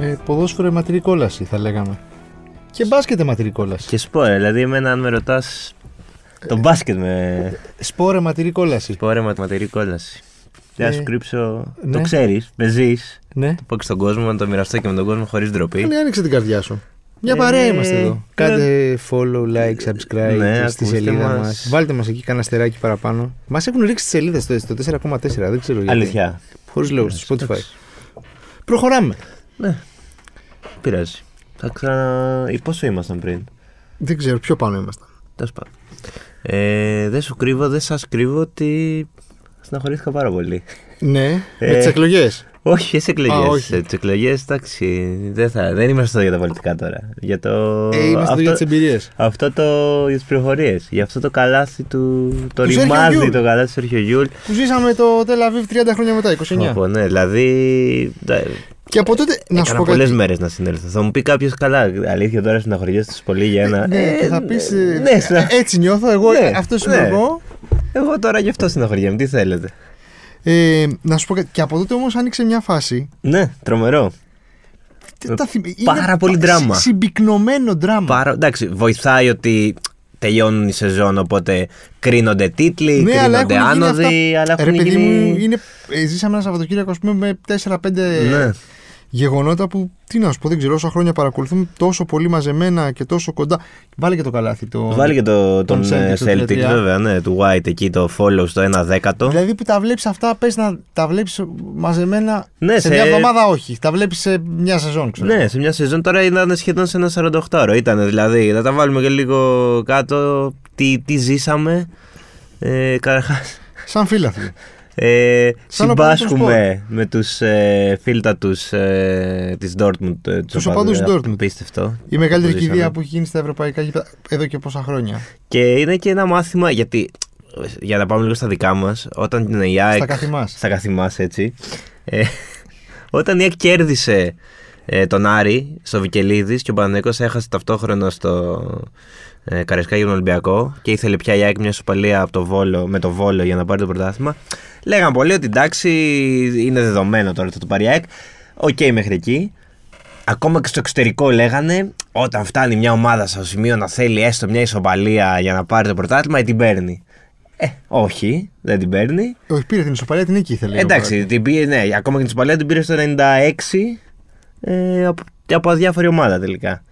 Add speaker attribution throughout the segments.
Speaker 1: Ε, ποδόσφαιρο αιματηρή κόλαση, θα λέγαμε. Και μπάσκετ αιματηρή κόλαση.
Speaker 2: Και σπορ, δηλαδή, εμένα αν με ρωτάς. Το μπάσκετ με.
Speaker 1: Σπορ αιματηρή κόλαση.
Speaker 2: Σπορ, ματερή κόλαση. Δεν θα σου κρύψω.
Speaker 1: Ε. ναι.
Speaker 2: Το ξέρεις, με ζεις.
Speaker 1: Ναι.
Speaker 2: Το πω και στον κόσμο, να το μοιραστώ και με τον κόσμο χωρίς ντροπή.
Speaker 1: Άνοι, Ναι, άνοιξε την καρδιά σου. Μια
Speaker 2: Ε,
Speaker 1: παρέα είμαστε εδώ.
Speaker 2: ναι.
Speaker 1: Κάντε follow, like, subscribe
Speaker 2: Ναι,
Speaker 1: στη
Speaker 2: ακούστε
Speaker 1: σελίδα
Speaker 2: μας.
Speaker 1: μας. Βάλτε μας εκεί κανένα αστεράκι παραπάνω. Μας έχουν ρίξει τη σελίδα στο, στο 4,4. Δεν ξέρω γιατί.
Speaker 2: Αλήθεια. Ε,
Speaker 1: Χωρί λόγο στο Spotify. Προχωράμε.
Speaker 2: Ναι. Πειράζει. Θα ξανα. Ή πόσο ήμασταν πριν.
Speaker 1: Δεν ξέρω πιο πάνω είμαστε.
Speaker 2: Τέλος πάντων. Ε, δεν σου κρύβω, δεν σας κρύβω ότι. Στεναχωρήθηκα πάρα πολύ.
Speaker 1: Ναι, με
Speaker 2: Ε.
Speaker 1: τις εκλογές.
Speaker 2: Όχι, ποιες εκλογές.
Speaker 1: Α, όχι.
Speaker 2: Τις εκλογές, εντάξει. Δεν, θα, δεν είμαστε εδώ για τα πολιτικά τώρα. Για το.
Speaker 1: Ε, είμαστε εδώ για τις εμπειρίες.
Speaker 2: αυτό το. για τις πληροφορίες. Γι' αυτό το καλάθι του. Το
Speaker 1: Του Σέρχιο
Speaker 2: ρημάζει
Speaker 1: Γιούλ.
Speaker 2: το καλάθι του Σέρχιο Γιούλ.
Speaker 1: Που ζήσαμε το Τελαβίβ 30 χρόνια μετά, 29.
Speaker 2: Οπό, ναι, δηλαδή. τα-
Speaker 1: Και από τότε, να σου
Speaker 2: Έκανα
Speaker 1: πω
Speaker 2: πολλές
Speaker 1: κάτι.
Speaker 2: μέρες να συνέλθω. Θα μου πει κάποιος καλά. Αλήθεια τώρα συναχωριέστε τους πολύ για ένα.
Speaker 1: Ναι,
Speaker 2: Ε,
Speaker 1: και θα ε, πεις.
Speaker 2: Ναι, συνα-
Speaker 1: Έτσι νιώθω. Εγώ,
Speaker 2: Ναι,
Speaker 1: αυτό είμαι
Speaker 2: ναι.
Speaker 1: εγώ.
Speaker 2: Εγώ τώρα γι' αυτό συναχωριέμαι. Τι θέλετε.
Speaker 1: Ε, να σου πω κάτι. Και από τότε όμως άνοιξε μια φάση.
Speaker 2: Ναι, τρομερό.
Speaker 1: Τι-
Speaker 2: Ε,
Speaker 1: τα θυμη-
Speaker 2: πάρα
Speaker 1: είναι
Speaker 2: πολύ
Speaker 1: πα-
Speaker 2: δράμα.
Speaker 1: συ- Συμπυκνωμένο δράμα.
Speaker 2: Πάρα, εντάξει, βοηθάει ότι τελειώνουν οι σεζόν, οπότε κρίνονται τίτλοι,
Speaker 1: Ναι, αλλά
Speaker 2: κρίνονται
Speaker 1: έχουν γίνει αυτά.
Speaker 2: άνοδοι, αλλά
Speaker 1: Ρε
Speaker 2: έχουν
Speaker 1: παιδί
Speaker 2: γίνει...
Speaker 1: μου, είναι... ε, ζήσαμε ένα Σαββατοκύριακο ας πούμε, με 4-5
Speaker 2: Ναι.
Speaker 1: γεγονότα που τι να σου πω, δεν ξέρω, όσα χρόνια παρακολουθούμε τόσο πολύ μαζεμένα και τόσο κοντά. Βάλε και το καλάθι. Το...
Speaker 2: Βάλει και το,
Speaker 1: Λοιπόν, τον
Speaker 2: τον,
Speaker 1: Celtic
Speaker 2: ε,
Speaker 1: στο
Speaker 2: Celtic,
Speaker 1: 33.
Speaker 2: βέβαια, ναι, του White εκεί, το follow στο 1 δέκατο.
Speaker 1: Δηλαδή που τα βλέπεις αυτά, πες να τα βλέπεις μαζεμένα.
Speaker 2: Ναι,
Speaker 1: σε
Speaker 2: σε-
Speaker 1: μια εβδομάδα όχι. Τα βλέπεις σε μια σεζόν, ξέρω.
Speaker 2: Ναι, σε μια σεζόν τώρα ήταν σχεδόν σε ένα 48ωρο. Ήταν δηλαδή, θα τα βάλουμε και λίγο κάτω, τι, τι ζήσαμε. Ε, Καταρχάς,
Speaker 1: Σαν φίλαθλοι.
Speaker 2: Ε,
Speaker 1: Σαν
Speaker 2: συμπάσχουμε με τους ε, φίλτα τους, ε, της Dortmund. ε, τους
Speaker 1: Τους οπαδούς
Speaker 2: οπαδούς,
Speaker 1: Dortmund.
Speaker 2: Απίστευτο.
Speaker 1: Η μεγαλύτερη
Speaker 2: Αποζήσαμε.
Speaker 1: κηδεία που έχει γίνει στα ευρωπαϊκά γήπεδα εδώ και πόσα χρόνια.
Speaker 2: Και είναι και ένα μάθημα γιατί, για να πάμε λίγο στα δικά μας, όταν την ΑΕΚ...
Speaker 1: Στα καθημάς.
Speaker 2: Στα καθημάς, έτσι. Ε, όταν η ΑΕΚ κέρδισε ε, τον Άρη στο Βικελίδης και ο Παναθηναϊκός έχασε ταυτόχρονα στο... Ε, Καρεσκά για τον Ολυμπιακό και ήθελε πια η ΑΕΚ μια σοπαλία από το Βόλο, με το Βόλο για να πάρει το πρωτάθλημα. Λέγαν πολλοί ότι εντάξει, είναι δεδομένο τώρα ότι θα το πάρει η ΑΕΚ. Οκ, μέχρι εκεί. Ακόμα και στο εξωτερικό λέγανε, όταν φτάνει μια ομάδα στο σημείο να θέλει έστω μια ισοπαλία για να πάρει το πρωτάθλημα, ε, την παίρνει. Ε, όχι, δεν την παίρνει.
Speaker 1: Όχι, πήρε την ισοπαλία, την νίκη ήθελε.
Speaker 2: Εντάξει, την πήρε, ναι, ακόμα και την Ισπανία την πήρε στο 96 ε, από, από αδιάφορη ομάδα τελικά.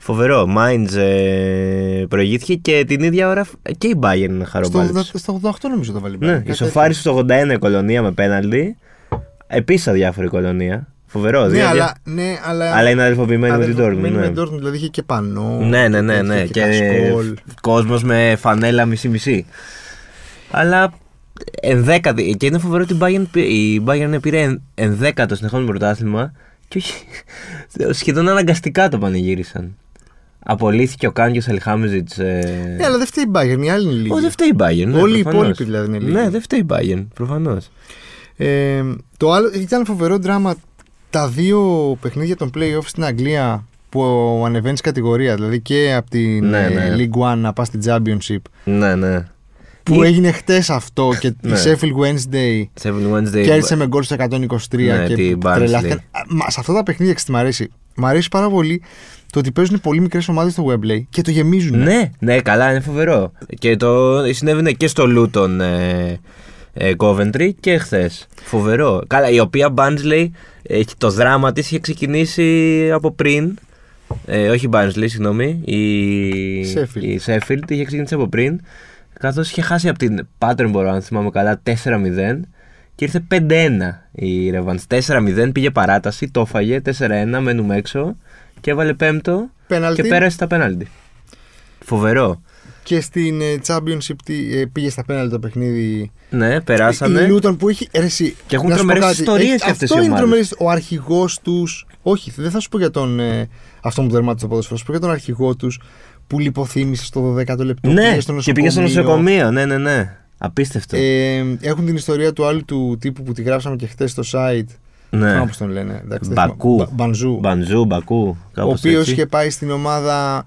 Speaker 2: Φοβερό. Μάιντζ ε, προηγήθηκε και την ίδια ώρα ε, και η Bayern είναι
Speaker 1: Στο,
Speaker 2: χαροπάλη.
Speaker 1: στο 88 νομίζω το βάλει.
Speaker 2: Ναι,
Speaker 1: Κάτι
Speaker 2: η Σοφάρισε στο 81 η κολονία με πέναλτι. Επίσης αδιάφορη κολονία. Φοβερό.
Speaker 1: τέτοιο.
Speaker 2: δύο
Speaker 1: Ναι,
Speaker 2: αδιά-
Speaker 1: αλλά, ναι, αλλά.
Speaker 2: Δηλαδή, αλλά είναι αδελφοποιημένη με την Dortmund.
Speaker 1: Αδελφοποιημένη
Speaker 2: ναι.
Speaker 1: με την Dortmund, δηλαδή είχε και πανό.
Speaker 2: Ναι, ναι, ναι, ναι.
Speaker 1: είχε
Speaker 2: Και,
Speaker 1: κασκόλ.
Speaker 2: κόσμος με φανέλα μισή-μισή. Αλλά ενδέκατη. Και είναι φοβερό ότι η Bayern, πή- η Bayern πήρε εν- ενδέκατο συνεχόμενο πρωτάθλημα και όχι. σχεδόν αναγκαστικά το πανηγύρισαν. Απολύθηκε ο Κάνιο Ελχάμιζιτ. Ε...
Speaker 1: Ναι, αλλά δεν φταίει η Bayern, η άλλη είναι λίγη.
Speaker 2: Ω, δεν φταίει η Bayern. ναι,
Speaker 1: Όλοι οι
Speaker 2: προφανώς.
Speaker 1: υπόλοιποι δηλαδή είναι λίγοι.
Speaker 2: Ναι, δεν φταίει η Bayern, προφανώς.
Speaker 1: Ε, το άλλο ήταν φοβερό δράμα. Τα δύο παιχνίδια των playoff στην Αγγλία που ανεβαίνει κατηγορία, δηλαδή και από την
Speaker 2: Ναι,
Speaker 1: ε,
Speaker 2: ναι.
Speaker 1: League One να πας στην Championship.
Speaker 2: Ναι, ναι.
Speaker 1: Που
Speaker 2: Η-
Speaker 1: έγινε χτες αυτό και η
Speaker 2: Ναι.
Speaker 1: Sheffield Wednesday
Speaker 2: 7 Wednesday.
Speaker 1: κέρδισε με γκολ σε 123
Speaker 2: Ναι,
Speaker 1: και
Speaker 2: την Barnsley.
Speaker 1: τρελάθηκαν. Α, Μα σε αυτά τα παιχνίδια ξέρεις τι μ' αρέσει. Μ' αρέσει πάρα πολύ το ότι παίζουν πολύ μικρές ομάδες στο Wembley και το γεμίζουν.
Speaker 2: Ναι, ναι, καλά, είναι φοβερό. Και το συνέβαινε και στο Λούτον ε, ε, Coventry και χθες. Φοβερό. Καλά, η οποία Barnsley, ε, το δράμα της είχε ξεκινήσει από πριν. Ε, όχι η Barnsley, συγγνώμη. Η
Speaker 1: Sheffield.
Speaker 2: η Sheffield είχε ξεκινήσει από πριν. Καθώς είχε χάσει από την Patternborough, αν θυμάμαι καλά, 4-0. Και ήρθε 5-1 η Revans. 4-0 πήγε παράταση, το έφαγε 4-1, μένουμε έξω. Και έβαλε πέμπτο.
Speaker 1: Πέναλτι.
Speaker 2: Και πέρασε τα πέναλτι. Φοβερό.
Speaker 1: Και στην ε, Championship τι, ε, πήγε στα πέναλ το παιχνίδι.
Speaker 2: Ναι, περάσαμε.
Speaker 1: Η Λούτον που έχει. Ρε, εσύ,
Speaker 2: Και έχουν
Speaker 1: να σου πω
Speaker 2: τρομερές
Speaker 1: κάτι.
Speaker 2: ιστορίες
Speaker 1: Έχει-
Speaker 2: και αυτές
Speaker 1: Αυτό
Speaker 2: οι
Speaker 1: είναι
Speaker 2: ομάδες.
Speaker 1: τρομερές. Ο αρχηγός τους. Όχι, δεν θα σου πω για τον. Ε, αυτό που δερμάτισε το ποδόσφαιρο. Θα σου πω για τον αρχηγό τους που λιποθύμησε στο 12ο λεπτό.
Speaker 2: ναι,
Speaker 1: πήγε στο
Speaker 2: και πήγε στο
Speaker 1: νοσοκομείο.
Speaker 2: νοσοκομείο. Ναι, ναι, ναι. Απίστευτο.
Speaker 1: Ε, έχουν την ιστορία του άλλου του τύπου που τη γράψαμε και χθε στο site.
Speaker 2: ναι.
Speaker 1: Θυμάμαι πώς τον λένε. εντάξει, δεν
Speaker 2: Μπακού.
Speaker 1: θυμάμαι. Μπα- Μπανζού.
Speaker 2: Μπαντζού, Μπακού.
Speaker 1: ο
Speaker 2: κάπως
Speaker 1: οποίος
Speaker 2: έτσι.
Speaker 1: είχε πάει στην ομάδα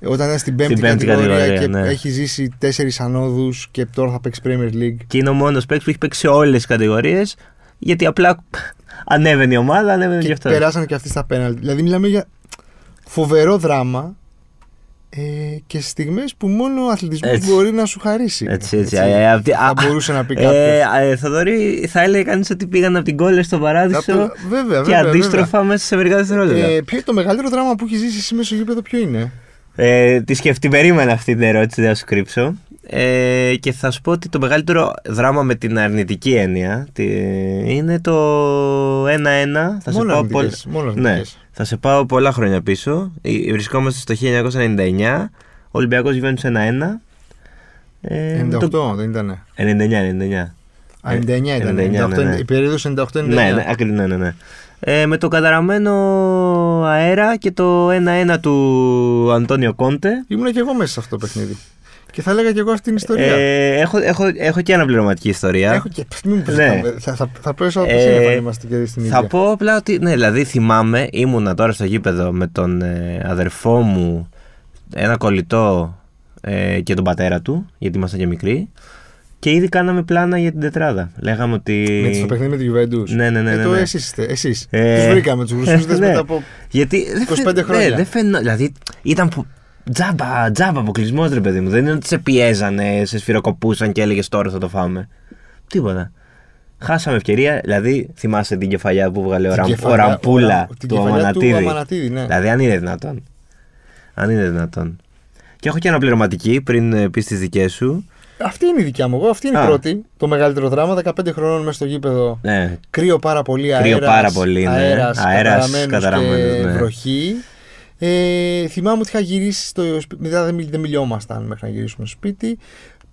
Speaker 1: ε, όταν ήταν στην πέμπτη,
Speaker 2: Στην πέμπτη
Speaker 1: κατηγορία,
Speaker 2: κατηγορία,
Speaker 1: και
Speaker 2: ναι.
Speaker 1: έχει ζήσει τέσσερις ανόδους και τώρα θα παίξει Premier League.
Speaker 2: Και είναι ο μόνος παίκτης που έχει παίξει όλες τις κατηγορίες. γιατί απλά ανέβαινε η ομάδα, ανέβαινε και
Speaker 1: Και
Speaker 2: αυτό.
Speaker 1: περάσανε και αυτοί στα πέναλτι. Δηλαδή, μιλάμε για φοβερό δράμα ε, και στιγμές που μόνο ο αθλητισμός
Speaker 2: Έτσι.
Speaker 1: μπορεί να σου χαρίσει.
Speaker 2: Έτσι, έτσι. Ε, αυτή-
Speaker 1: θα
Speaker 2: α,
Speaker 1: μπορούσε να πει κάποιος.
Speaker 2: Ε, ε, Θοδωρή, θα έλεγε κανείς ότι πήγαν από την κόλλα στον παράδεισο.
Speaker 1: Θα πω- βέβαια,
Speaker 2: και
Speaker 1: βέβαια,
Speaker 2: αντίστροφα μέσα σε μερικά δευτερόλεπτα.
Speaker 1: ε, ποιο, το μεγαλύτερο δράμα που έχει ζήσει εσύ μέσα στο γήπεδο, ποιο είναι.
Speaker 2: Ε, τη σκεφτεί, περίμενα αυτή την ερώτηση, δεν θα σου κρύψω. Ε, και θα σου πω ότι το μεγαλύτερο δράμα με την αρνητική έννοια τη- είναι το 1-1. Θα σε
Speaker 1: Μόνο
Speaker 2: πάω
Speaker 1: αρνητικές,
Speaker 2: πολλ-
Speaker 1: μόνο
Speaker 2: ναι,
Speaker 1: αρνητικές.
Speaker 2: θα σε πάω πολλά χρόνια πίσω. Ε, Βρισκόμαστε στο 1999. Ο Ολυμπιακός Γιουβέντους 1-1. Ε, με
Speaker 1: 98
Speaker 2: το-
Speaker 1: δεν ήταν.
Speaker 2: 99, 99.
Speaker 1: Α, 99 ήταν.
Speaker 2: 99,
Speaker 1: 98,
Speaker 2: ναι, ναι.
Speaker 1: Η περίοδος 98-99.
Speaker 2: Ναι, ναι, ακριβώς, ναι, ναι, ναι. Ε, με το καταραμένο αέρα και το 1-1 του Αντώνιο Κόντε.
Speaker 1: Ήμουν και εγώ μέσα σε αυτό το παιχνίδι. Και θα έλεγα και εγώ αυτή την ιστορία.
Speaker 2: Ε, έχω, έχω, έχω και αναπληρωματική ιστορία.
Speaker 1: Έχω και. Μην μου πεις,
Speaker 2: Ναι.
Speaker 1: Θα, θα, θα πέσω από το
Speaker 2: Ε,
Speaker 1: σύννεφο αν είμαστε και στην ίδια.
Speaker 2: Θα πω απλά ότι, ναι, δηλαδή θυμάμαι, ήμουνα τώρα στο γήπεδο με τον ε, αδερφό μου, ένα κολλητό ε, και τον πατέρα του, γιατί ήμασταν και μικροί. Και ήδη κάναμε πλάνα για την τετράδα. Λέγαμε ότι.
Speaker 1: Με το παιχνίδι με τη Juventus.
Speaker 2: Ε, Ναι, ναι, ναι,
Speaker 1: Ε,
Speaker 2: ναι,
Speaker 1: το
Speaker 2: ναι.
Speaker 1: εσείς είστε. Εσείς.
Speaker 2: Ε,
Speaker 1: Τους βρήκαμε τους γλωσσούς
Speaker 2: ναι.
Speaker 1: μετά από...
Speaker 2: Γιατί. δεν φαι-
Speaker 1: 25
Speaker 2: Ναι,
Speaker 1: χρόνια.
Speaker 2: δεν φαινό- Δηλαδή ήταν που. Τζάμπα, τζάμπα αποκλεισμό ρε παιδί μου. Δεν είναι ότι σε πιέζανε, σε σφυροκοπούσαν και έλεγες τώρα θα το φάμε. Τίποτα. Χάσαμε ευκαιρία, δηλαδή θυμάσαι την κεφαλιά που βγάλε ο,
Speaker 1: Την
Speaker 2: Ραμ, ο
Speaker 1: κεφαλιά-
Speaker 2: Ραμπούλα
Speaker 1: ο- την
Speaker 2: του
Speaker 1: κεφαλιά του
Speaker 2: Αμανατίδη.
Speaker 1: Αμανατίδη, ναι.
Speaker 2: Δηλαδή αν είναι δυνατόν. Αν είναι δυνατόν. Και έχω και αναπληρωματική πριν ε, πεις τις δικές σου.
Speaker 1: Αυτή είναι η δικιά μου. Εγώ αυτή είναι η
Speaker 2: Α.
Speaker 1: πρώτη. Το μεγαλύτερο δράμα, 15 χρονών μέσα στο γήπεδο.
Speaker 2: Ναι,
Speaker 1: Κρύο πάρα πολύ, αέρας,
Speaker 2: Κρύο πάρα πολύ, ναι.
Speaker 1: αέρας,
Speaker 2: Αέρας,
Speaker 1: καταραμένους
Speaker 2: καταραμένους,
Speaker 1: και
Speaker 2: ναι.
Speaker 1: βροχή. Ε, θυμάμαι ότι είχα γυρίσει στο σπίτι, μετά δεν, μιλ- δεν μιλιόμασταν μέχρι να γυρίσουμε στο σπίτι.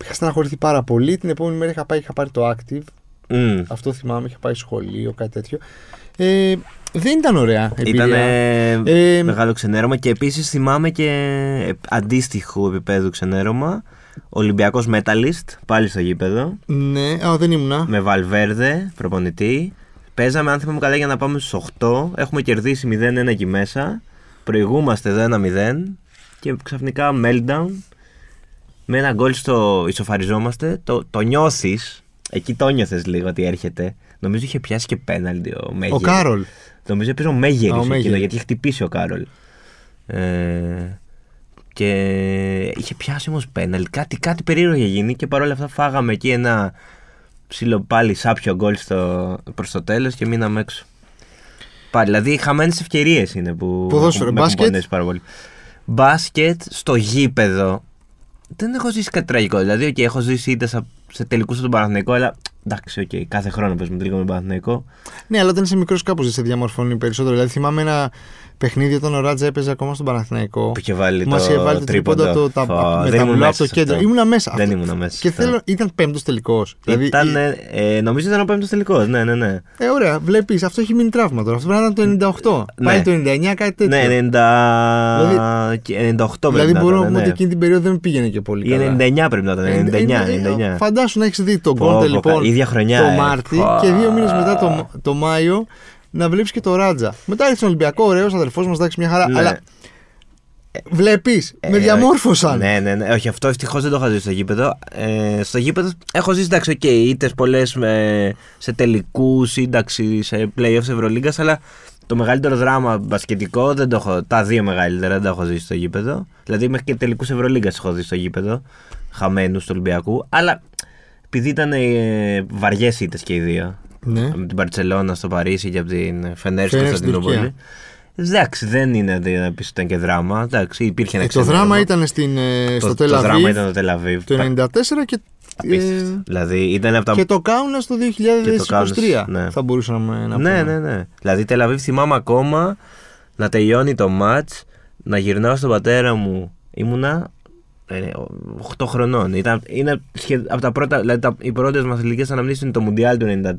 Speaker 1: Είχα στεναχωρηθεί πάρα πολύ. Την επόμενη μέρα είχα πάει, είχα πάρει το active.
Speaker 2: Μμ.
Speaker 1: Αυτό θυμάμαι, είχα πάει σχολείο, κάτι τέτοιο. Ε, δεν ήταν ωραία εμπειρία.
Speaker 2: Ήταν
Speaker 1: Ε,
Speaker 2: μεγάλο ξενέρωμα και επίσης θυμάμαι και ε, αντίστοιχου επίπεδου ξενέρωμα. Ολυμπιακός Μεταλιστ, πάλι στο γήπεδο.
Speaker 1: Ναι, α, δεν ήμουνα.
Speaker 2: Με Βαλβέρδε, προπονητή. Παίζαμε, αν θυμάμαι καλά, για να πάμε στους 8. Έχουμε κερδίσει 0-1 εκεί μέσα. Προηγούμαστε εδώ 1-0. Και ξαφνικά meltdown. Με ένα γκολ στο ισοφαριζόμαστε. Το, το νιώθεις. Εκεί το νιώθες λίγο ότι έρχεται. Νομίζω είχε πιάσει και πέναλτι ο Μέγερ.
Speaker 1: Ο Κάρολ.
Speaker 2: Νομίζω έπαιζε ο
Speaker 1: Α,
Speaker 2: Μέγερη
Speaker 1: ο
Speaker 2: εκείνο,
Speaker 1: Μέγερης.
Speaker 2: γιατί είχε χτυπήσει ο Κάρολ. Ε, και είχε πιάσει όμως πέναλ. Κάτι, κάτι περίεργο είχε γίνει και παρόλα αυτά φάγαμε εκεί ένα ψηλό πάλι σάπιο γκολ στο, προς το τέλος και μείναμε έξω. Πάλι, δηλαδή οι χαμένες ευκαιρίες είναι που
Speaker 1: Ποδόσφαιρο,
Speaker 2: που με έχουν
Speaker 1: μπάσκετ.
Speaker 2: πονέσει πάρα πολύ. Μπάσκετ στο γήπεδο δεν έχω ζήσει κάτι τραγικό. Δηλαδή, okay, έχω ζήσει είτε σε, σε τελικούς στον Παναθηναϊκό, αλλά εντάξει, okay, κάθε χρόνο παίζουμε τελικό με τον Παναθηναϊκό.
Speaker 1: Ναι, αλλά όταν είσαι μικρός, κάπως δεν σε διαμορφώνει περισσότερο. Δηλαδή, θυμάμαι ένα παιχνίδι όταν ο Ράτζα έπαιζε ακόμα στον Παναθηναϊκό.
Speaker 2: Που είχε βάλει
Speaker 1: Μας
Speaker 2: το
Speaker 1: είχε βάλει το
Speaker 2: τρίποντο.
Speaker 1: τρίποντα το, τα,
Speaker 2: Φα,
Speaker 1: με
Speaker 2: δεν
Speaker 1: τα
Speaker 2: ήμουν
Speaker 1: μπλα από
Speaker 2: μέσα
Speaker 1: το
Speaker 2: σε αυτό.
Speaker 1: κέντρο. Ήμουν μέσα.
Speaker 2: Δεν
Speaker 1: Αυτό-
Speaker 2: ήμουν μέσα
Speaker 1: Και
Speaker 2: σε αυτό.
Speaker 1: θέλω, δηλαδή, ήταν πέμπτος τελικός.
Speaker 2: Ήταν, ε, νομίζω ήταν ο πέμπτος τελικός. Ναι, ναι, ναι.
Speaker 1: Ε, ωραία, βλέπεις, αυτό έχει μείνει τραύμα τώρα. Αυτό πρέπει να ήταν το 98.
Speaker 2: Ναι.
Speaker 1: Πάλι το 99, κάτι τέτοιο.
Speaker 2: Ναι, 90...
Speaker 1: Δηλαδή-
Speaker 2: και 98
Speaker 1: δηλαδή,
Speaker 2: πρέπει
Speaker 1: μπορώ να
Speaker 2: να
Speaker 1: πούμε
Speaker 2: ήταν.
Speaker 1: ότι
Speaker 2: ναι.
Speaker 1: εκείνη Ε, την περίοδο δεν πήγαινε και πολύ.
Speaker 2: Ή
Speaker 1: καλά.
Speaker 2: 99 πρέπει να ήταν. 99, 99.
Speaker 1: Φαντάσου να έχεις δει τον
Speaker 2: Ε, Πω,
Speaker 1: Κόντε
Speaker 2: πω,
Speaker 1: λοιπόν
Speaker 2: ίδια χρονιά,
Speaker 1: το
Speaker 2: ε.
Speaker 1: Μάρτι
Speaker 2: Πω.
Speaker 1: και δύο μήνες μετά το, το Μάιο να βλέπει και το Ράτζα. Μετά έρχεται στον Ολυμπιακό, ωραίος αδερφός μας, εντάξει, μια χαρά.
Speaker 2: Ναι.
Speaker 1: Αλλά βλέπεις, με
Speaker 2: Ε,
Speaker 1: διαμόρφωσαν.
Speaker 2: Ναι, ναι, ναι. Όχι, αυτό ευτυχώς δεν το είχα ζήσει στο γήπεδο. Ε, στο γήπεδο έχω ζήσει εντάξει, οκ, ήττες πολλές σε τελικούς, σύνταξη, σε playoffs Ευρωλίγκας, αλλά το μεγαλύτερο δράμα μπασκετικό δεν το έχω. Τα δύο μεγαλύτερα δεν τα έχω ζήσει στο γήπεδο. Δηλαδή μέχρι και τελικούς Ευρωλίγκας έχω ζήσει στο γήπεδο. Χαμένους του Ολυμπιακού. Αλλά επειδή ήταν ε, βαριές ήττες και οι δύο.
Speaker 1: Ναι.
Speaker 2: Από την Παρσελώνα στο Παρίσι και από την Φενέρ στην
Speaker 1: Φενέρ στην
Speaker 2: Κωνσταντινούπολη.
Speaker 1: Τουρκία.
Speaker 2: Εντάξει, δεν είναι δηλαδή, να πεις ότι ήταν και δράμα. Εντάξει, υπήρχε ένα
Speaker 1: Ε, το
Speaker 2: ξενέρωμα.
Speaker 1: δράμα ήταν στην, ε,
Speaker 2: Το-
Speaker 1: στο
Speaker 2: το
Speaker 1: Τελαβίβ
Speaker 2: δράμα ήταν το Τελαβίβ.
Speaker 1: το 94 και,
Speaker 2: Απίστευτο.
Speaker 1: ε,
Speaker 2: Δηλαδή ήταν από τα.
Speaker 1: και το Κάουνα το 2023.
Speaker 2: Κάουνας, ναι.
Speaker 1: Θα μπορούσαμε να πούμε.
Speaker 2: ναι, ναι, ναι. Δηλαδή Τελαβίβ θυμάμαι ακόμα να τελειώνει το ματ, να γυρνάω στον πατέρα μου. Ήμουνα ε, 8 χρονών. Ήταν, είναι σχεδ... από τα πρώτα, δηλαδή τα, οι πρώτες μας ελληνικέ αναμνήσεις είναι το Μουντιάλ του 94,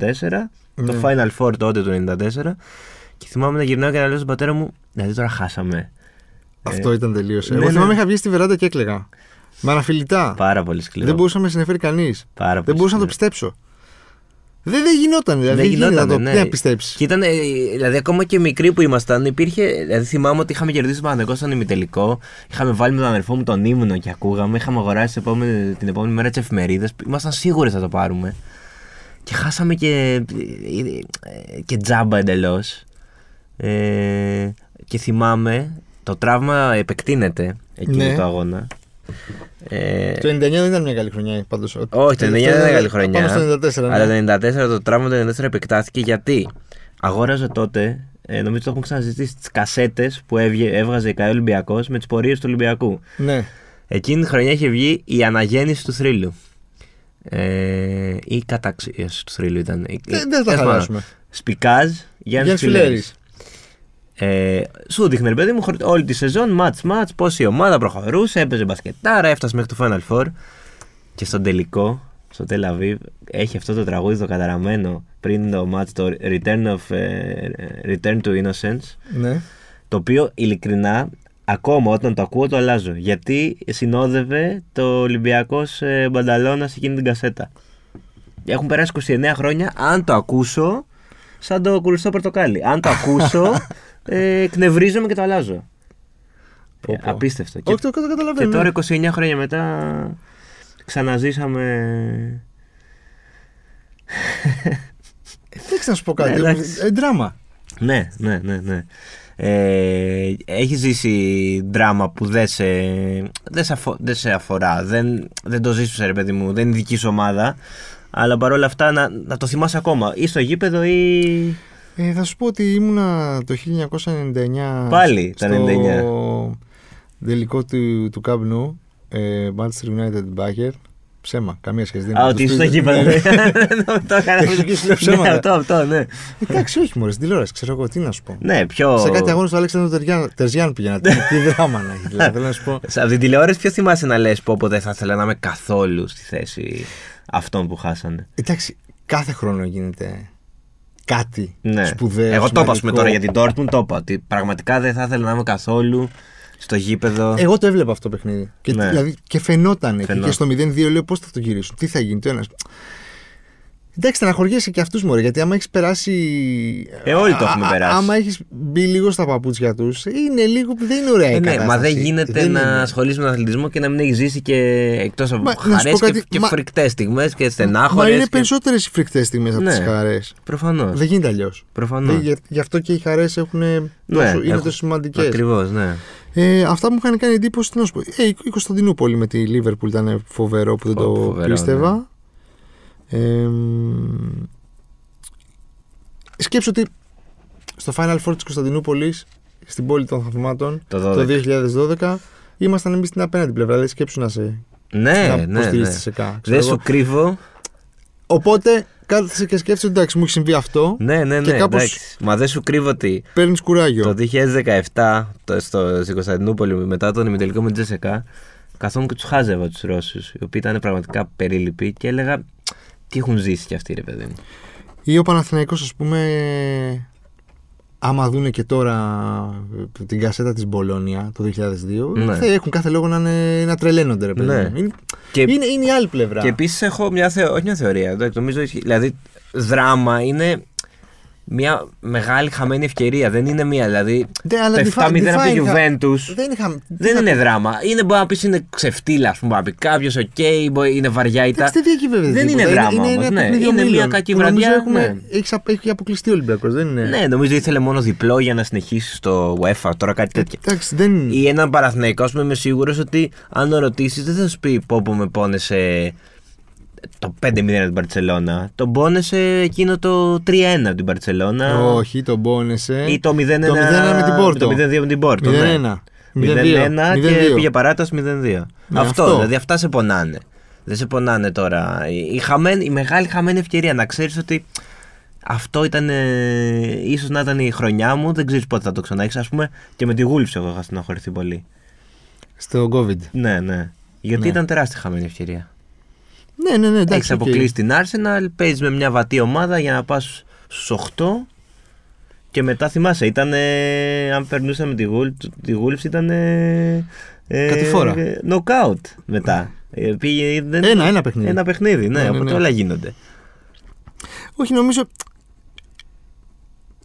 Speaker 2: το
Speaker 1: Ναι.
Speaker 2: Final Four τότε του 94. Και θυμάμαι να γυρνάω και να λέω στον πατέρα μου, δηλαδή τώρα χάσαμε.
Speaker 1: Αυτό ήταν τελείως.
Speaker 2: ναι,
Speaker 1: Εγώ
Speaker 2: ναι.
Speaker 1: θυμάμαι είχα βγει στη βεράντα και έκλαιγα. Με αναφιλητά.
Speaker 2: Πάρα πολύ σκληρό.
Speaker 1: Δεν μπορούσα να με συνεφέρει κανείς.
Speaker 2: Πάρα
Speaker 1: Δεν
Speaker 2: πολύ
Speaker 1: μπορούσα να το
Speaker 2: σκληρό.
Speaker 1: πιστέψω. Δεν, δεν γινόταν, δηλαδή. Δεν γινόταν, να το ναι. πιστέψει.
Speaker 2: Και ήταν, ε, δηλαδή, ακόμα και μικροί που ήμασταν, υπήρχε. Δηλαδή, θυμάμαι ότι είχαμε κερδίσει τον Παναγενικό στον ημιτελικό. Είχαμε βάλει με τον αδερφό μου τον ύμνο και ακούγαμε. Είχαμε αγοράσει την επόμενη, την επόμενη μέρα τις εφημερίδες. Ήμασταν σίγουροι θα το πάρουμε. Και χάσαμε και, ε, και τζάμπα εντελώς. Ε, και θυμάμαι, το τραύμα επεκτείνεται εκείνο
Speaker 1: Ναι.
Speaker 2: το αγώνα. Ε,
Speaker 1: Το 99 δεν ήταν μια καλή χρονιά πάντως.
Speaker 2: όχι, το 99 δεν ήταν καλή χρονιά.
Speaker 1: Πάμε στο 94. ναι.
Speaker 2: Αλλά το 94 το τραύμα το 94 επεκτάθηκε γιατί αγόραζα τότε, ε, νομίζω το έχουμε ξαναζητήσει, τις κασέτες που έβγε- έβγαζε η ΚΑΕ Ολυμπιακός με τις πορείες του Ολυμπιακού.
Speaker 1: Ναι.
Speaker 2: Εκείνη τη χρονιά είχε βγει η αναγέννηση του θρύλου. Ε, ή η καταξίωση του θρύλου ήταν. Ε,
Speaker 1: Δεν δεν θα
Speaker 2: τέλος πάντων.
Speaker 1: χαλάσουμε.
Speaker 2: Σπικάζ, Γιάννης
Speaker 1: Γιάννης
Speaker 2: Φιλέρης.
Speaker 1: Φιλέρης.
Speaker 2: Ε, σου δείχνει, ρε παιδί μου, χορ- όλη τη σεζόν, μάτς, μάτς, πώς η ομάδα προχωρούσε, έπαιζε μπασκετάρα, έφτασε μέχρι το Final Four. Και στον τελικό, στο Tel Aviv, έχει αυτό το τραγούδι το καταραμένο πριν το μάτς, το Return, of, ε, Return to Innocence,
Speaker 1: Ναι.
Speaker 2: το οποίο ειλικρινά, ακόμα όταν το ακούω, το αλλάζω. Γιατί συνόδευε το Ολυμπιακός ε, Μπανταλώνας σε εκείνη την κασέτα. Έχουν περάσει 29 χρόνια. Αν το ακούσω, σαν το κουρουστό πορτοκάλι. Αν το ακούσω, ε, εκνευρίζομαι και το αλλάζω.
Speaker 1: Πω, πω.
Speaker 2: Ε, απίστευτο. Και,
Speaker 1: Όχι, το το
Speaker 2: και
Speaker 1: καταλαβαίνω.
Speaker 2: τώρα
Speaker 1: ναι.
Speaker 2: 29 χρόνια μετά ξαναζήσαμε.
Speaker 1: Ε, Εντάξει, να σου πω κάτι.
Speaker 2: Ναι, εντάξει.
Speaker 1: Ε, Δράμα.
Speaker 2: Ναι, ναι, ναι, ναι. Ε, έχει ζήσει δράμα που δεν σε, δεν σε, αφο- δεν σε αφορά. Δεν, δεν το ζήσου, ρε παιδί μου. Δεν είναι δική σου ομάδα. Αλλά παρόλα αυτά να, να το θυμάσαι ακόμα. Ή στο γήπεδο ή.
Speaker 1: Ε, θα σου πω ότι ήμουνα το 1999.
Speaker 2: Πάλι τα
Speaker 1: στο
Speaker 2: 99.
Speaker 1: τελικό του, του Camp Nou, ε, Manchester United Bayer. Ψέμα, καμία σχέση. δεν
Speaker 2: Α,
Speaker 1: είναι.
Speaker 2: ότι
Speaker 1: Το
Speaker 2: ήσουν στο
Speaker 1: σπίτι-
Speaker 2: γήπεδο.
Speaker 1: Ναι, ναι.
Speaker 2: Το έκανα.
Speaker 1: Έχει και σου λέω
Speaker 2: Ναι,
Speaker 1: ψέματα.
Speaker 2: αυτό, αυτό, ναι.
Speaker 1: Εντάξει, όχι μόνο στην τηλεόραση, ξέρω εγώ τι να σου πω.
Speaker 2: Ναι, πιο.
Speaker 1: Σε κάτι αγώνες του Αλέξανδρου Τεριάν- Τερζιάν πήγαινα. Τι τι δράμα να έχει. δηλαδή, Θέλω να σου πω.
Speaker 2: Σε αυτή την τηλεόραση, ποιος θυμάσαι να λες πω δεν θα ήθελα να είμαι καθόλου στη θέση αυτών που χάσανε.
Speaker 1: Εντάξει, κάθε χρόνο γίνεται κάτι
Speaker 2: Ναι.
Speaker 1: σπουδαίο.
Speaker 2: Εγώ το είπα ας πούμε,
Speaker 1: σημαντικό.
Speaker 2: τώρα για την Dortmund, το είπα. Ότι πραγματικά δεν θα ήθελα να είμαι καθόλου στο γήπεδο.
Speaker 1: Εγώ το έβλεπα αυτό το παιχνίδι. Και,
Speaker 2: Ναι.
Speaker 1: δηλαδή, και φαινόταν εκεί.
Speaker 2: Φαινόταν.
Speaker 1: Και στο 0-2 λέω πώς θα το γυρίσουν, τι θα γίνει, το ένας. Εντάξει, στεναχωριέσαι και αυτούς μωρέ, γιατί άμα έχεις περάσει.
Speaker 2: Ε, όλοι το
Speaker 1: Α-
Speaker 2: έχουμε
Speaker 1: α-
Speaker 2: περάσει.
Speaker 1: Άμα έχεις μπει λίγο στα παπούτσια τους, είναι λίγο. Δεν είναι ωραία η
Speaker 2: Ε, ναι,
Speaker 1: κατάσταση.
Speaker 2: μα δεν γίνεται
Speaker 1: Δεν
Speaker 2: να
Speaker 1: είναι.
Speaker 2: ασχολείσαι με τον αθλητισμό και να μην έχεις ζήσει και εκτός από
Speaker 1: Μα, να σου
Speaker 2: χαρέ
Speaker 1: πω
Speaker 2: και,
Speaker 1: κάτι,
Speaker 2: και
Speaker 1: μα-
Speaker 2: φρικτές στιγμές και
Speaker 1: Μα
Speaker 2: στενάχωρες.
Speaker 1: είναι
Speaker 2: Και...
Speaker 1: περισσότερες οι φρικτές στιγμές από
Speaker 2: Ναι.
Speaker 1: τις χαρές.
Speaker 2: Προφανώς.
Speaker 1: Δεν γίνεται αλλιώς.
Speaker 2: Ναι.
Speaker 1: Ε, Γι' αυτό και οι χαρές έχουν. τόσο- είναι τόσο σημαντικές.
Speaker 2: Ακριβώς, ναι.
Speaker 1: Ε, αυτά που μου είχαν κάνει εντύπωση, τι να σου πω. Ε, η η Κωνσταντινούπολη με τη Λίβερπουλ ήταν φοβερό που δεν
Speaker 2: Φο-
Speaker 1: το
Speaker 2: φοβερό,
Speaker 1: πίστευα. Ε, μ, σκέψου ότι στο Final Four της Κωνσταντινούπολης, στην πόλη των θαυμάτων,
Speaker 2: Το 12.
Speaker 1: το 2012, ήμασταν εμείς στην απέναντι πλευρά. Δηλαδή σκέψου να σε
Speaker 2: Ναι,
Speaker 1: να
Speaker 2: ναι, ναι.
Speaker 1: υποστηρίζεις τη ΣΕΚΑ. ξέρω εγώ.
Speaker 2: Δεν σου κρύβω.
Speaker 1: Οπότε κάθεσαι και σκέφτεσαι, εντάξει, μου έχει συμβεί αυτό.
Speaker 2: Ναι, ναι,
Speaker 1: Και
Speaker 2: ναι.
Speaker 1: κάπως-
Speaker 2: εντάξει. Μα δεν σου κρύβω ότι
Speaker 1: Παίρνεις κουράγιο.
Speaker 2: Το 2017 το, στο, στην Κωνσταντινούπολη μετά τον ημιτελικό με Τζέσσεκα, καθόμουν και τους χάζευα τους Ρώσους, οι οποίοι ήταν πραγματικά περίληπτοι και έλεγα τι έχουν ζήσει κι αυτοί, ρε παιδί μου.
Speaker 1: Ή ο Παναθηναϊκός ας πούμε άμα δούνε και τώρα ε, την κασέτα της Μπολόνια το 2002
Speaker 2: Ναι.
Speaker 1: θα έχουν κάθε λόγο να, είναι, να τρελαίνονται ρε παιδί
Speaker 2: Ναι.
Speaker 1: μου. Είναι,
Speaker 2: Και,
Speaker 1: είναι, είναι η άλλη πλευρά.
Speaker 2: και επίσης έχω μια, θεω, όχι μια θεωρία. εντάξει, Νομίζω, ισχύει. δηλαδή, δράμα είναι μια μεγάλη χαμένη ευκαιρία. Δεν είναι μια. Δηλαδή,
Speaker 1: Ναι, αλλά
Speaker 2: το
Speaker 1: defi-
Speaker 2: 7-0 από τη
Speaker 1: define θα-
Speaker 2: Juventus
Speaker 1: Δεν είχα...
Speaker 2: δεν είναι δράμα. Είναι, μπορεί να πεις είναι ξεφτύλα, ας πούμε. μπορεί να πει κάποιος, οκ, μπορεί- είναι βαριά ή τα.
Speaker 1: Εντάξει, δεν διακυβεύεται
Speaker 2: Δεν
Speaker 1: τίποτα.
Speaker 2: είναι δράμα
Speaker 1: Είναι,
Speaker 2: όμως,
Speaker 1: ένα
Speaker 2: ναι.
Speaker 1: παιχνίδι
Speaker 2: Είναι μια
Speaker 1: ομίλων
Speaker 2: κακή
Speaker 1: που νομίζω
Speaker 2: βραδιά,
Speaker 1: έχουμε-
Speaker 2: ναι.
Speaker 1: έχεις απ- έχει αποκλειστεί ο Ολυμπιακός, δεν είναι.
Speaker 2: Ναι, νομίζω ήθελε μόνο διπλό για να συνεχίσει στο UEFA, τώρα κάτι τέτοιο.
Speaker 1: Εντάξει, δεν...
Speaker 2: Ή έναν Παναθηναϊκό, ας πούμε, είμαι σίγουρος ότι αν το ρωτήσει, δεν θα σου πει πω πω με πόνεσε το 5-0 από την Παρσελώνα. Τον πόνεσε εκείνο το 3-1 από την Παρσελώνα.
Speaker 1: Όχι, τον πόνεσαι.
Speaker 2: Ή το 0-1
Speaker 1: Το 0-1 με την Πόρτο.
Speaker 2: Το 0-2 με την Πόρτο.
Speaker 1: 0-1.
Speaker 2: 0-1 και
Speaker 1: 0-2.
Speaker 2: πήγε παράταση 0-2.
Speaker 1: Ναι,
Speaker 2: αυτό,
Speaker 1: αυτό.
Speaker 2: δηλαδή αυτά σε πονάνε. Δεν σε πονάνε τώρα. Η, η χαμένη- η μεγάλη χαμένη ευκαιρία να ξέρεις ότι αυτό ήταν. Ε, ίσως να ήταν η χρονιά μου, δεν ξέρεις πότε θα το ξανά έχεις. Ας πούμε και με τη Γούλφη εγώ είχα στεναχωρηθεί πολύ.
Speaker 1: Στο COVID.
Speaker 2: Ναι, ναι. Γιατί
Speaker 1: Ναι.
Speaker 2: ήταν τεράστια χαμένη ευκαιρία.
Speaker 1: Ναι, ναι, ναι, εντάξει.
Speaker 2: Έχεις
Speaker 1: οκ.
Speaker 2: αποκλείσει την Arsenal, παίζεις με μια βατή ομάδα για να πας στους 8 και μετά θυμάσαι, ήταν. ε, αν περνούσαμε με τη, Wolf, τη Wolves, ήταν. Ε, ε,
Speaker 1: Κατηφόρα.
Speaker 2: ε, knockout μετά. Ε, πήγε, δεν-
Speaker 1: Ένα, ένα παιχνίδι.
Speaker 2: Ένα παιχνίδι, ναι,
Speaker 1: Ναι, ναι,
Speaker 2: οπότε
Speaker 1: ναι.
Speaker 2: όλα γίνονται.
Speaker 1: Όχι, νομίζω.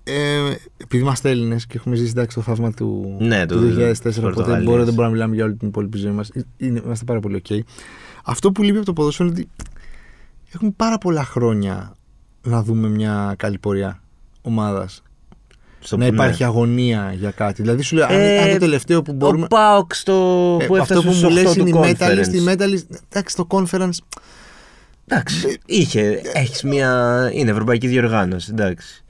Speaker 1: Ε, επειδή είμαστε Έλληνες και έχουμε ζήσει εντάξει, το θαύμα του,
Speaker 2: Ναι,
Speaker 1: του
Speaker 2: το-
Speaker 1: 2004, οπότε
Speaker 2: Πορτογαλίας.
Speaker 1: μπορώ, δεν μπορούμε να μιλάμε για όλη την υπόλοιπη ζωή Ε, μα. Είμαστε πάρα πολύ OK. Αυτό που λείπει από το ποδόσφαιρο είναι ότι έχουμε πάρα πολλά χρόνια να δούμε μια καλή πορεία ομάδας.
Speaker 2: Στο-
Speaker 1: να
Speaker 2: ναι.
Speaker 1: υπάρχει αγωνία για κάτι. Δηλαδή σου λέω, αν-
Speaker 2: Ε,
Speaker 1: αν, το τελευταίο που μπορούμε.
Speaker 2: Ο Πάοξ το
Speaker 1: Ε,
Speaker 2: που έφτασε
Speaker 1: αυτό που
Speaker 2: στους
Speaker 1: μου
Speaker 2: 8
Speaker 1: λες
Speaker 2: του
Speaker 1: είναι η Metalist.
Speaker 2: conference.
Speaker 1: Η Metalist, εντάξει, το conference.
Speaker 2: Εντάξει, είχε, έχεις μια... είναι ευρωπαϊκή διοργάνωση, εντάξει.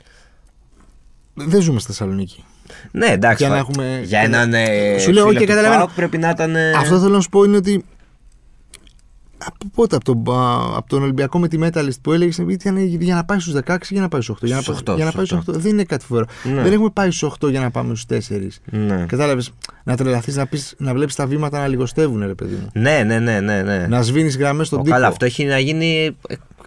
Speaker 1: Δεν ζούμε στη Θεσσαλονίκη.
Speaker 2: Ναι, εντάξει.
Speaker 1: Για να
Speaker 2: φα-
Speaker 1: έχουμε-
Speaker 2: για έναν. ε,
Speaker 1: Σου λέω,
Speaker 2: φίλο
Speaker 1: οκ,
Speaker 2: του
Speaker 1: καταλαβαίνω.
Speaker 2: ΠΑΟΚ πρέπει να ήταν. ε,
Speaker 1: Αυτό θέλω να σου πω είναι ότι. Από πότε, από τον, α, από τον Ολυμπιακό με τη Metalist που έλεγε, ήταν για να πάει στους 16 για να πάει στους 8. Για να,
Speaker 2: Στους
Speaker 1: πάει-
Speaker 2: οκτώ,
Speaker 1: για να
Speaker 2: στους
Speaker 1: πάει στους 8.
Speaker 2: οκτώ.
Speaker 1: Δεν είναι κάτι φοβερό.
Speaker 2: Ναι.
Speaker 1: Δεν έχουμε πάει στους 8 για να πάμε στους 4.
Speaker 2: Ναι.
Speaker 1: Κατάλαβες να τρελαθείς, να, πεις- να βλέπεις τα βήματα να λιγοστεύουν, ρε παιδί μου.
Speaker 2: ναι, ναι, ναι, ναι. ναι.
Speaker 1: Να σβήνεις γραμμές στον
Speaker 2: Ο,
Speaker 1: τύπο.
Speaker 2: καλά, αυτό έχει να γίνει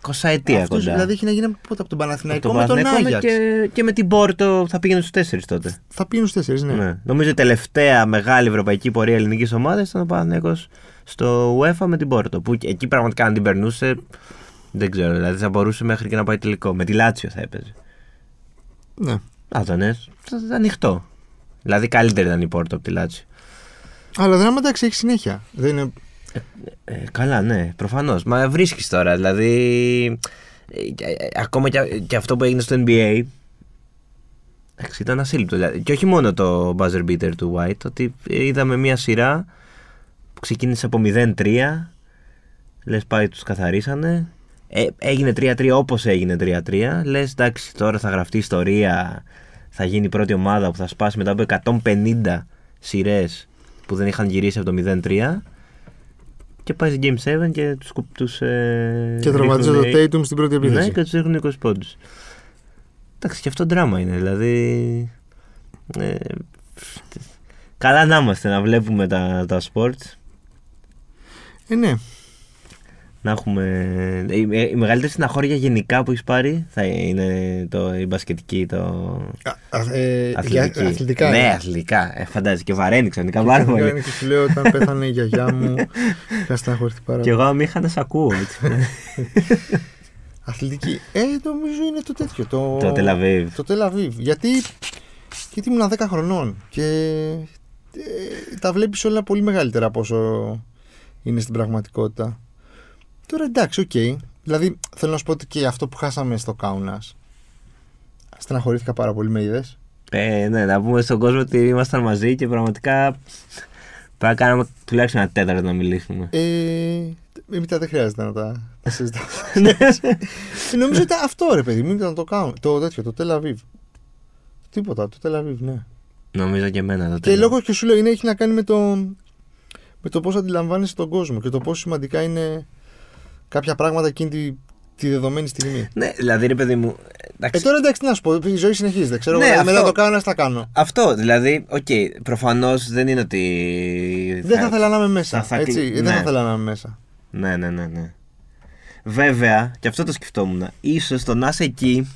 Speaker 2: 20 ετία
Speaker 1: Αυτός,
Speaker 2: κοντά.
Speaker 1: Δηλαδή έχει να γίνει από πότε, από τον
Speaker 2: Με
Speaker 1: Παναθηναϊκό
Speaker 2: τον
Speaker 1: με τον
Speaker 2: Παναθηναϊκό
Speaker 1: Άγιαξ.
Speaker 2: και, και με την Πόρτο θα πήγαινε στους 4 τότε.
Speaker 1: Θα πήγαινε στους 4, ναι.
Speaker 2: Ναι. Νομίζω η τελευταία μεγάλη ευρωπαϊκή πορεία ελληνικής ομάδας ήταν ο Παναθυναϊκό στο UEFA με την Πόρτο. Που και- εκεί πραγματικά αν την περνούσε. Δεν ξέρω, δηλαδή θα μπορούσε μέχρι και να πάει τελικό. Με τη Λάτσιο θα έπαιζε.
Speaker 1: ναι.
Speaker 2: Α, το ναι. θα ήταν Ανοιχτό. Δηλαδή καλύτερη ήταν η Πόρτο από τη Λάτσιο.
Speaker 1: Αλλά δράμα εντάξει έχει συνέχεια. Δεν είναι...
Speaker 2: Ε, καλά, ναι, προφανώς. Μα βρίσκεις τώρα. Δηλαδή. ε, ε, ε, ακόμα και, και αυτό που έγινε στο NBA. Εντάξει, ήταν ασύλληπτο. Δηλαδή. Και όχι μόνο το buzzer beater του White, ότι είδαμε μια σειρά που ξεκίνησε από 0-3. Λες πάει, τους καθαρίσανε. Ε, έγινε 3-3 όπως έγινε 3-3. Λες εντάξει, τώρα θα γραφτεί ιστορία. Θα γίνει η πρώτη ομάδα που θα σπάσει μετά από 150 σειρές που δεν είχαν γυρίσει από το 0-3. Και πάει σε Game 7 και τους, κου- τους ε,
Speaker 1: Και τραυματίζει το
Speaker 2: ρίχνουν, ε,
Speaker 1: Tatum στην πρώτη επίθεση.
Speaker 2: Ναι, και τους ρίχνουν 20 πόντους. Εντάξει, και αυτό δράμα είναι, δηλαδή... ε, καλά να είμαστε να βλέπουμε τα, τα sports,
Speaker 1: Ε, ναι.
Speaker 2: να έχουμε... ε, Η, η μεγαλύτερη συναχώρια γενικά που έχεις πάρει θα είναι το, η μπασκετική, το...
Speaker 1: Α, α, ε, για-
Speaker 2: Αθλητική.
Speaker 1: αθλητικά.
Speaker 2: Ναι,
Speaker 1: ε.
Speaker 2: αθλητικά. Ε, φαντάζεσαι και βαραίνει ξαφνικά πάρα
Speaker 1: Και
Speaker 2: πολύ.
Speaker 1: κάνει Και σου λέω όταν πέθανε η γιαγιά μου. είχα στεναχωρηθεί πάρα
Speaker 2: Και
Speaker 1: πολύ.
Speaker 2: εγώ αν μη είχα να σ' ακούω. έτσι.
Speaker 1: Αθλητική. Ε, νομίζω είναι το τέτοιο. Το,
Speaker 2: Το Tel Aviv.
Speaker 1: Το Tel Aviv. Γιατί, γιατί ήμουν 10 χρονών και ε, τα βλέπεις όλα πολύ μεγαλύτερα από όσο είναι στην πραγματικότητα. Τώρα εντάξει, οκ. Δηλαδή θέλω να σου πω ότι και αυτό που χάσαμε στο Κάουνας στεναχωρήθηκα πάρα πολύ με είδες.
Speaker 2: Ε, ναι, να πούμε στον κόσμο ότι ήμασταν μαζί και πραγματικά πρέπει να κάναμε τουλάχιστον ένα τέταρτο να μιλήσουμε.
Speaker 1: Ε, μετά δεν χρειάζεται να τα, τα συζητάω. Ε, Νομίζω ήταν αυτό ρε παιδί μου, ήταν το κάνουν. Το τέτοιο, το Tel Aviv. Τίποτα, το Tel Aviv, ναι.
Speaker 2: Νομίζω και εμένα ναι. το
Speaker 1: Και λόγω και σου λέω είναι, έχει να κάνει με το, με το πώς αντιλαμβάνεσαι τον κόσμο και το πόσο σημαντικά είναι κάποια πράγματα εκείνη τη, τη δεδομένη στιγμή.
Speaker 2: Ναι, δηλαδή ρε παιδί μου.
Speaker 1: Ε,
Speaker 2: Εντάξει,
Speaker 1: τώρα εντάξει, τι να σου πω, η ζωή συνεχίζεται. Ξέρω,
Speaker 2: Ναι,
Speaker 1: εγώ, δηλαδή, μετά
Speaker 2: αυτό.
Speaker 1: το κάνω, να τα κάνω.
Speaker 2: Αυτό δηλαδή, οκ, προφανώς δεν είναι ότι.
Speaker 1: Δεν θα ήθελα να είμαι μέσα.
Speaker 2: θα- θα
Speaker 1: έτσι,
Speaker 2: κλει-
Speaker 1: Δεν
Speaker 2: ναι.
Speaker 1: θα ήθελα να είμαι μέσα.
Speaker 2: Ναι, ναι, ναι, ναι. Βέβαια, και αυτό το σκεφτόμουν. ίσως το να είσαι εκεί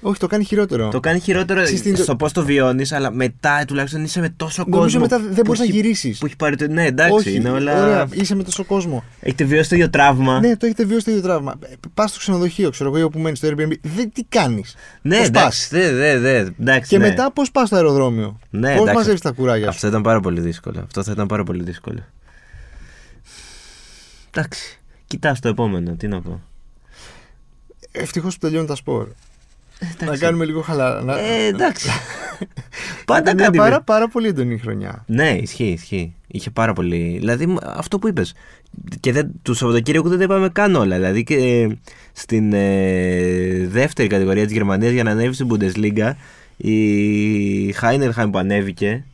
Speaker 1: Όχι, το κάνει χειρότερο.
Speaker 2: το κάνει χειρότερο
Speaker 1: Ξέρεις τι είναι το-
Speaker 2: στο πώς το βιώνεις, αλλά μετά τουλάχιστον είσαι με τόσο κόσμο.
Speaker 1: Νομίζω μετά
Speaker 2: που
Speaker 1: δεν μπορείς να
Speaker 2: έχει-
Speaker 1: γυρίσεις.
Speaker 2: Που έχει πάρει το. Ναι, εντάξει,
Speaker 1: Όχι,
Speaker 2: είναι όλα.
Speaker 1: ωραία, είσαι με τόσο κόσμο.
Speaker 2: Έχετε βιώσει το ίδιο τραύμα.
Speaker 1: Ναι, το έχετε βιώσει το ίδιο τραύμα. Πας στο ξενοδοχείο, ξέρω εγώ, ή όπου μένεις στο Airbnb. Δεν τι κάνεις.
Speaker 2: Ναι, εντάξει, δε, δε, δε, εντάξει,
Speaker 1: Και
Speaker 2: ναι.
Speaker 1: μετά πώς πας στο αεροδρόμιο.
Speaker 2: Ναι,
Speaker 1: πώς
Speaker 2: εντάξει.
Speaker 1: μαζεύεις τα κουράγια σου.
Speaker 2: Αυτό ήταν πάρα πολύ δύσκολο. Αυτό θα ήταν πάρα πολύ δύσκολο. Εντάξει. Κοιτάς το επόμενο, τι να πω.
Speaker 1: Ευτυχώς που τελειώνει τα σπορ.
Speaker 2: Εντάξει.
Speaker 1: Να κάνουμε λίγο χαλαρά. να-
Speaker 2: Ε, εντάξει. Πάντα
Speaker 1: Ήταν μια
Speaker 2: κάτι. με-
Speaker 1: πάρα, πάρα πολύ έντονη χρονιά.
Speaker 2: Ναι, ισχύει, ισχύει. Είχε πάρα πολύ. Δηλαδή, μ, αυτό που είπες. Και δεν, του Σαββατοκύριακου δεν τα είπαμε καν όλα. Δηλαδή, και, ε, στην ε, δεύτερη κατηγορία της Γερμανίας για να ανέβει στην Bundesliga, η Χάινερχαμ που ανέβηκε,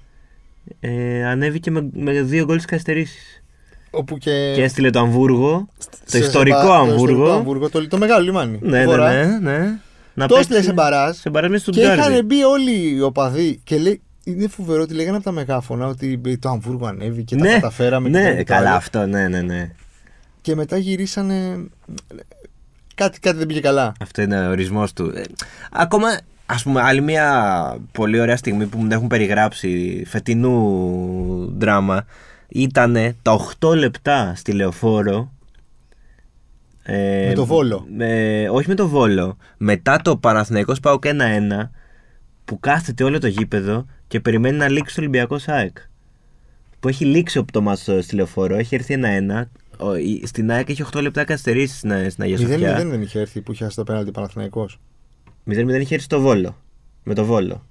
Speaker 2: ε, ανέβηκε με, με δύο γκολ στις καθυστερήσεις.
Speaker 1: Όπου και.
Speaker 2: Και έστειλε το Αμβούργο, το
Speaker 1: σε- σε
Speaker 2: ιστορικό
Speaker 1: μπα- Το ιστορικό
Speaker 2: Αμβούργο.
Speaker 1: Αμβούργο, το, το μεγάλο λιμάνι.
Speaker 2: Ναι, ναι,
Speaker 1: Βορρά.
Speaker 2: ναι, ναι. Να
Speaker 1: Το έστειλε
Speaker 2: παίξει
Speaker 1: σε μπαράζ.
Speaker 2: Σε μπαράζ με στον
Speaker 1: Και είχαν
Speaker 2: Τουγκάρδι.
Speaker 1: μπει όλοι οι οπαδοί. Και λέει, είναι φοβερό ότι λέγανε από τα μεγάφωνα ότι ε, το Αμβούργο ανέβηκε, τα καταφέραμε. και
Speaker 2: ναι,
Speaker 1: το ένα και το
Speaker 2: καλά
Speaker 1: άλλο.
Speaker 2: αυτό, ναι, ναι, ναι.
Speaker 1: Και μετά γυρίσανε. Κάτι, κάτι δεν πήγε καλά.
Speaker 2: Αυτό είναι ο ορισμός του. Ε, ακόμα, ας πούμε, άλλη μια πολύ ωραία στιγμή που μου έχουν περιγράψει φετινού δράμα ήταν τα 8 λεπτά στη λεωφόρο. ε,
Speaker 1: Με το Βόλο.
Speaker 2: με- όχι με το βόλο. Μετά το Παναθηναϊκός πάω και ένα-ένα που κάθεται όλο το γήπεδο και περιμένει να λήξει το Ολυμπιακό ΣΑΕΚ. Που ε, έχει λήξει από το μάτσο στη λεωφόρο, έχει έρθει ένα-ένα. ο- η- στην ΑΕΚ έχει 8 λεπτά καθυστερήσεις στην, στην Αγία
Speaker 1: 0-0
Speaker 2: Σοφιά.
Speaker 1: δεν είχε έρθει που είχε χάσει το πέναλτι ο Παναθηναϊκός.
Speaker 2: 0-0 έχει έρθει στο Βόλο. Με το Βόλο.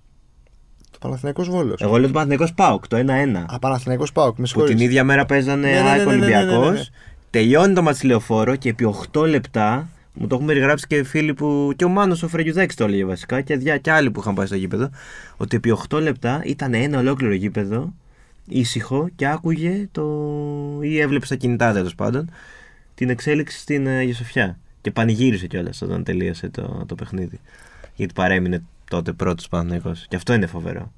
Speaker 1: Το Παναθηναϊκός Βόλος.
Speaker 2: Εγώ λέω τον Παναθηναϊκός ΠΑΟΚ, το 1-1.
Speaker 1: Α, Παναθηναϊκός ΠΑΟΚ, με
Speaker 2: που την
Speaker 1: συγχωρείς.
Speaker 2: ίδια μέρα παίζανε
Speaker 1: Ναι, ναι,
Speaker 2: ναι,
Speaker 1: ναι, ναι, ναι, ναι, ναι, ναι, ναι.
Speaker 2: Ολυμπιακός. Τελειώνει το μάτς λεωφόρο και επί 8 λεπτά μου το έχουν περιγράψει και φίλοι που. και ο Μάνος ο Φρεγιουδάκης το έλεγε βασικά και, διά, και άλλοι που είχαν πάει στο γήπεδο. Ότι επί 8 λεπτά ήταν ένα ολόκληρο γήπεδο ήσυχο και άκουγε το. ή έβλεπε στα κινητά τέλος πάντων την εξέλιξη στην ε, Αγία Σοφιά. Και πανηγύρισε κιόλας όταν τελείωσε το, το παιχνίδι. Γιατί παρέμεινε τότε πρώτος Παναγενικό. Και αυτό είναι φοβερό.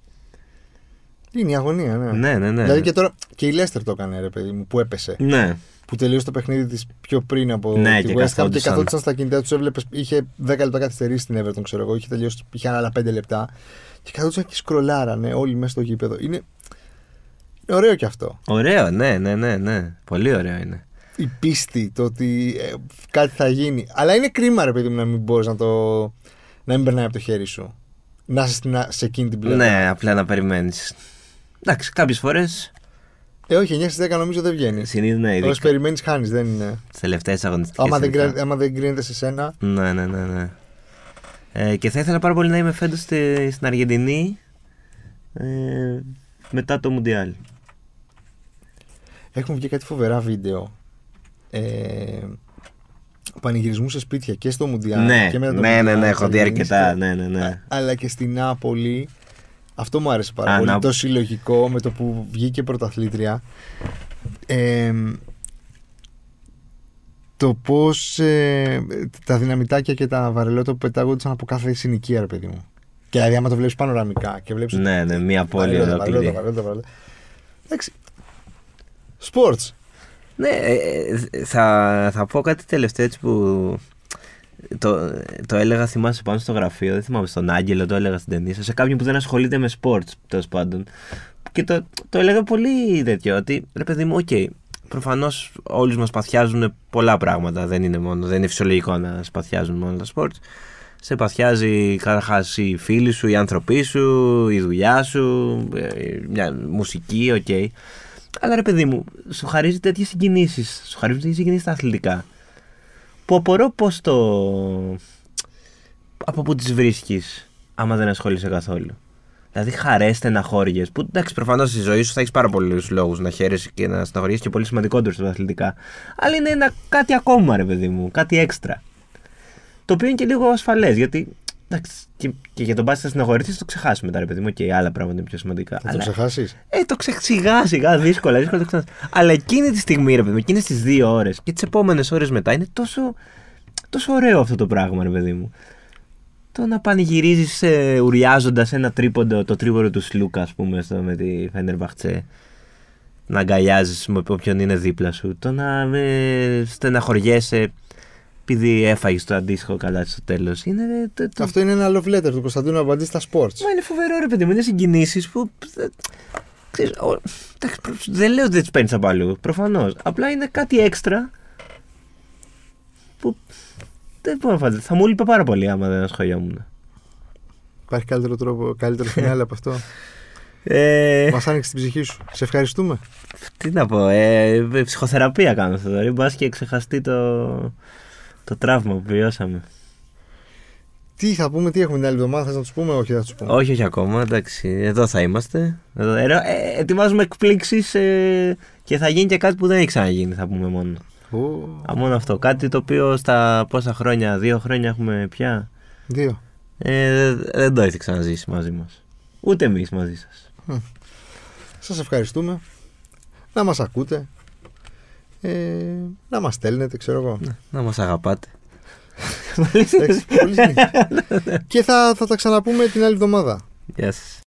Speaker 1: Είναι η αγωνία, ναι.
Speaker 2: Ναι, ναι, ναι.
Speaker 1: Δηλαδή και τώρα και η Λέστερ το έκανε, ρε παιδί μου, που έπεσε.
Speaker 2: Ναι.
Speaker 1: Που τελείωσε το παιχνίδι της πιο πριν από
Speaker 2: Ναι,
Speaker 1: τη West Ham
Speaker 2: και
Speaker 1: και
Speaker 2: καθόντουσαν.
Speaker 1: καθόντουσαν στα κινητά τους. Έβλεπες, είχε 10 λεπτά καθυστερήσει στην Everton, ξέρω εγώ. Είχε τελειώσει, είχε άλλα 5 λεπτά. Και καθόντουσαν και σκρολάρανε όλοι μέσα στο γήπεδο. Είναι είναι ωραίο και αυτό.
Speaker 2: Ωραίο, ναι, ναι, ναι, ναι. Πολύ ωραίο είναι.
Speaker 1: Η πίστη, το ότι ε, κάτι θα γίνει. Αλλά είναι κρίμα, ρε παιδί μου, να μην μπορείς να το. να μην περνάει από το χέρι σου. Να είσαι στην- σε εκείνη την πλευρά.
Speaker 2: Ναι, απλά να περιμένεις. Εντάξει, κάποιες φορές
Speaker 1: Ε, όχι, 9 στι 10 νομίζω δεν βγαίνει.
Speaker 2: συνήθως ναι,
Speaker 1: Όσο
Speaker 2: ειδικά
Speaker 1: περιμένεις, χάνεις. Δεν είναι.
Speaker 2: τις τελευταίες αγωνιστικές.
Speaker 1: Άμα δεν, κρίνεται- άμα δεν κρίνεται σε σένα.
Speaker 2: Ναι, ναι, ναι. ναι. Ε, και θα ήθελα πάρα πολύ να είμαι φέτος στην Αργεντινή ε, μετά το Μουντιάλ.
Speaker 1: Έχουν βγει κάτι φοβερά βίντεο. Ε, πανηγυρισμούς σε σπίτια και στο Μουντιάλ.
Speaker 2: ναι,
Speaker 1: και μετά το
Speaker 2: ναι, ναι,
Speaker 1: Μουντιάλ,
Speaker 2: ναι, έχω δει
Speaker 1: σε
Speaker 2: αρκετά.
Speaker 1: γεννήστε.
Speaker 2: Ναι, ναι, ναι.
Speaker 1: Αλλά και στην Νάπολη. Αυτό μου άρεσε πάρα
Speaker 2: Α,
Speaker 1: πολύ.
Speaker 2: Νάπο-
Speaker 1: Το συλλογικό με το που βγήκε πρωταθλήτρια. Ε, το πώς τα δυναμητάκια και τα βαρελότα που πετάγονταν από κάθε συνοικία, ρε παιδί μου. Και δηλαδή, άμα το βλέπεις πανοραμικά και βλέπεις
Speaker 2: Ναι, ναι, μία πόλη
Speaker 1: Βαρέλα, βαρέλα,
Speaker 2: ολόκληρη.
Speaker 1: βαρέλα, βαρέλα. Εντάξει. Σπορτ.
Speaker 2: Ναι, ε, ε, θα, θα πω κάτι τελευταίο έτσι που το, το έλεγα, θυμάσαι πάνω στο γραφείο, δεν θυμάμαι στον Άγγελο, το έλεγα στην ταινία, σε κάποιον που δεν ασχολείται με σπορτ, τέλος πάντων. Και το, το έλεγα πολύ τέτοιο, ότι ρε παιδί μου, οκ, προφανώς όλους μας παθιάζουν πολλά πράγματα. Δεν είναι, μόνο, δεν είναι φυσιολογικό να σπαθιάζουν μόνο τα σπορτ. Σε παθιάζει καταρχάς οι φίλοι σου, οι άνθρωποι σου, η δουλειά σου, ε, μια μουσική, οκ. Αλλά ρε παιδί μου, σου χαρίζει τέτοιες συγκινήσεις. Σου χαρίζουν τέτοιες συγκινήσεις τα αθλητικά. Που απορώ πώς το. Από πού τις βρίσκεις, άμα δεν ασχολείσαι καθόλου. Δηλαδή, χαρέ, στεναχώριε. Που εντάξει, προφανώς στη ζωή σου θα έχεις πάρα πολλούς λόγους να χαίρεσαι και να στεναχωριέσαι και πολύ σημαντικότερο στα αθλητικά. Αλλά είναι ένα, κάτι ακόμα, ρε παιδί μου, κάτι έξτρα. Το οποίο είναι και λίγο ασφαλές, γιατί. Εντάξει, και, και για τον πάση να στεναχωρηθεί, θα το ξεχάσουμε μετά, ρε παιδί μου, και άλλα πράγματα είναι πιο σημαντικά.
Speaker 1: Θα το
Speaker 2: Αλλά-
Speaker 1: ξεχάσεις.
Speaker 2: ε, το ξε, σιγά σιγά, δύσκολα, δύσκολα το ξε- Αλλά εκείνη τη στιγμή, ρε παιδί μου, εκείνες τις δύο ώρες και τις επόμενες ώρες μετά είναι τόσο, τόσο ωραίο αυτό το πράγμα, ρε παιδί μου. Το να πανηγυρίζεις ε, ουριάζοντας ένα τρίποντο, το τρίποντο του Σλούκα, ας πούμε, στο, με τη Φένερ Μπαχτσέ. Να αγκαλιάζεις με όποιον είναι δίπλα σου. Το να ε, στεναχωριέσαι επειδή έφαγες το αντίστοιχο καλά στο τέλος. Είναι. ε, το- το-
Speaker 1: Αυτό είναι ένα love letter του Κωνσταντίνου Αμπαντή στα σπορτ.
Speaker 2: Μα είναι φοβερό ρε παιδί μου, είναι συγκινήσεις που. ε, Ξέρεις, ο- εντάξει, προ- δεν λέω ότι δεν τις παίρνεις από αλλού, προφανώς. Απλά είναι κάτι έξτρα που δεν μπορώ να φανταστώ. Θα μου λείπε πάρα πολύ άμα δεν ασχολιόμουν.
Speaker 1: Υπάρχει καλύτερο τρόπο, καλύτερο φινάλε από αυτό.
Speaker 2: Ε,
Speaker 1: Μας άνοιξε την ψυχή σου. Σε ευχαριστούμε.
Speaker 2: τι να πω, ε, ε, ψυχοθεραπεία κάνω στο τώρα. Μπα και ξεχαστεί το, το τραύμα που βιώσαμε.
Speaker 1: Τι θα πούμε, τι έχουμε την άλλη εβδομάδα, θα να τους πούμε, όχι, θα τους πούμε.
Speaker 2: Όχι, όχι ακόμα, εντάξει, εδώ θα είμαστε. Εδώ, ε, ε, ετοιμάζουμε εκπλήξεις και θα γίνει και κάτι που δεν έχει ξαναγίνει, θα πούμε μόνο.
Speaker 1: Ου,
Speaker 2: Α, μόνο αυτό. Κάτι το οποίο στα πόσα χρόνια, δύο χρόνια έχουμε πια,
Speaker 1: Δύο.
Speaker 2: ε, δεν το έχετε ξαναζήσει μαζί μας. Ούτε εμείς μαζί σας.
Speaker 1: Σας ευχαριστούμε. Να μας ακούτε. Ε, να μας στέλνετε, ξέρω εγώ.
Speaker 2: Ναι, Να μας αγαπάτε.
Speaker 1: Εντάξει, πολύ συνήθεια. Και θα, θα τα ξαναπούμε την άλλη εβδομάδα.
Speaker 2: Γεια σας.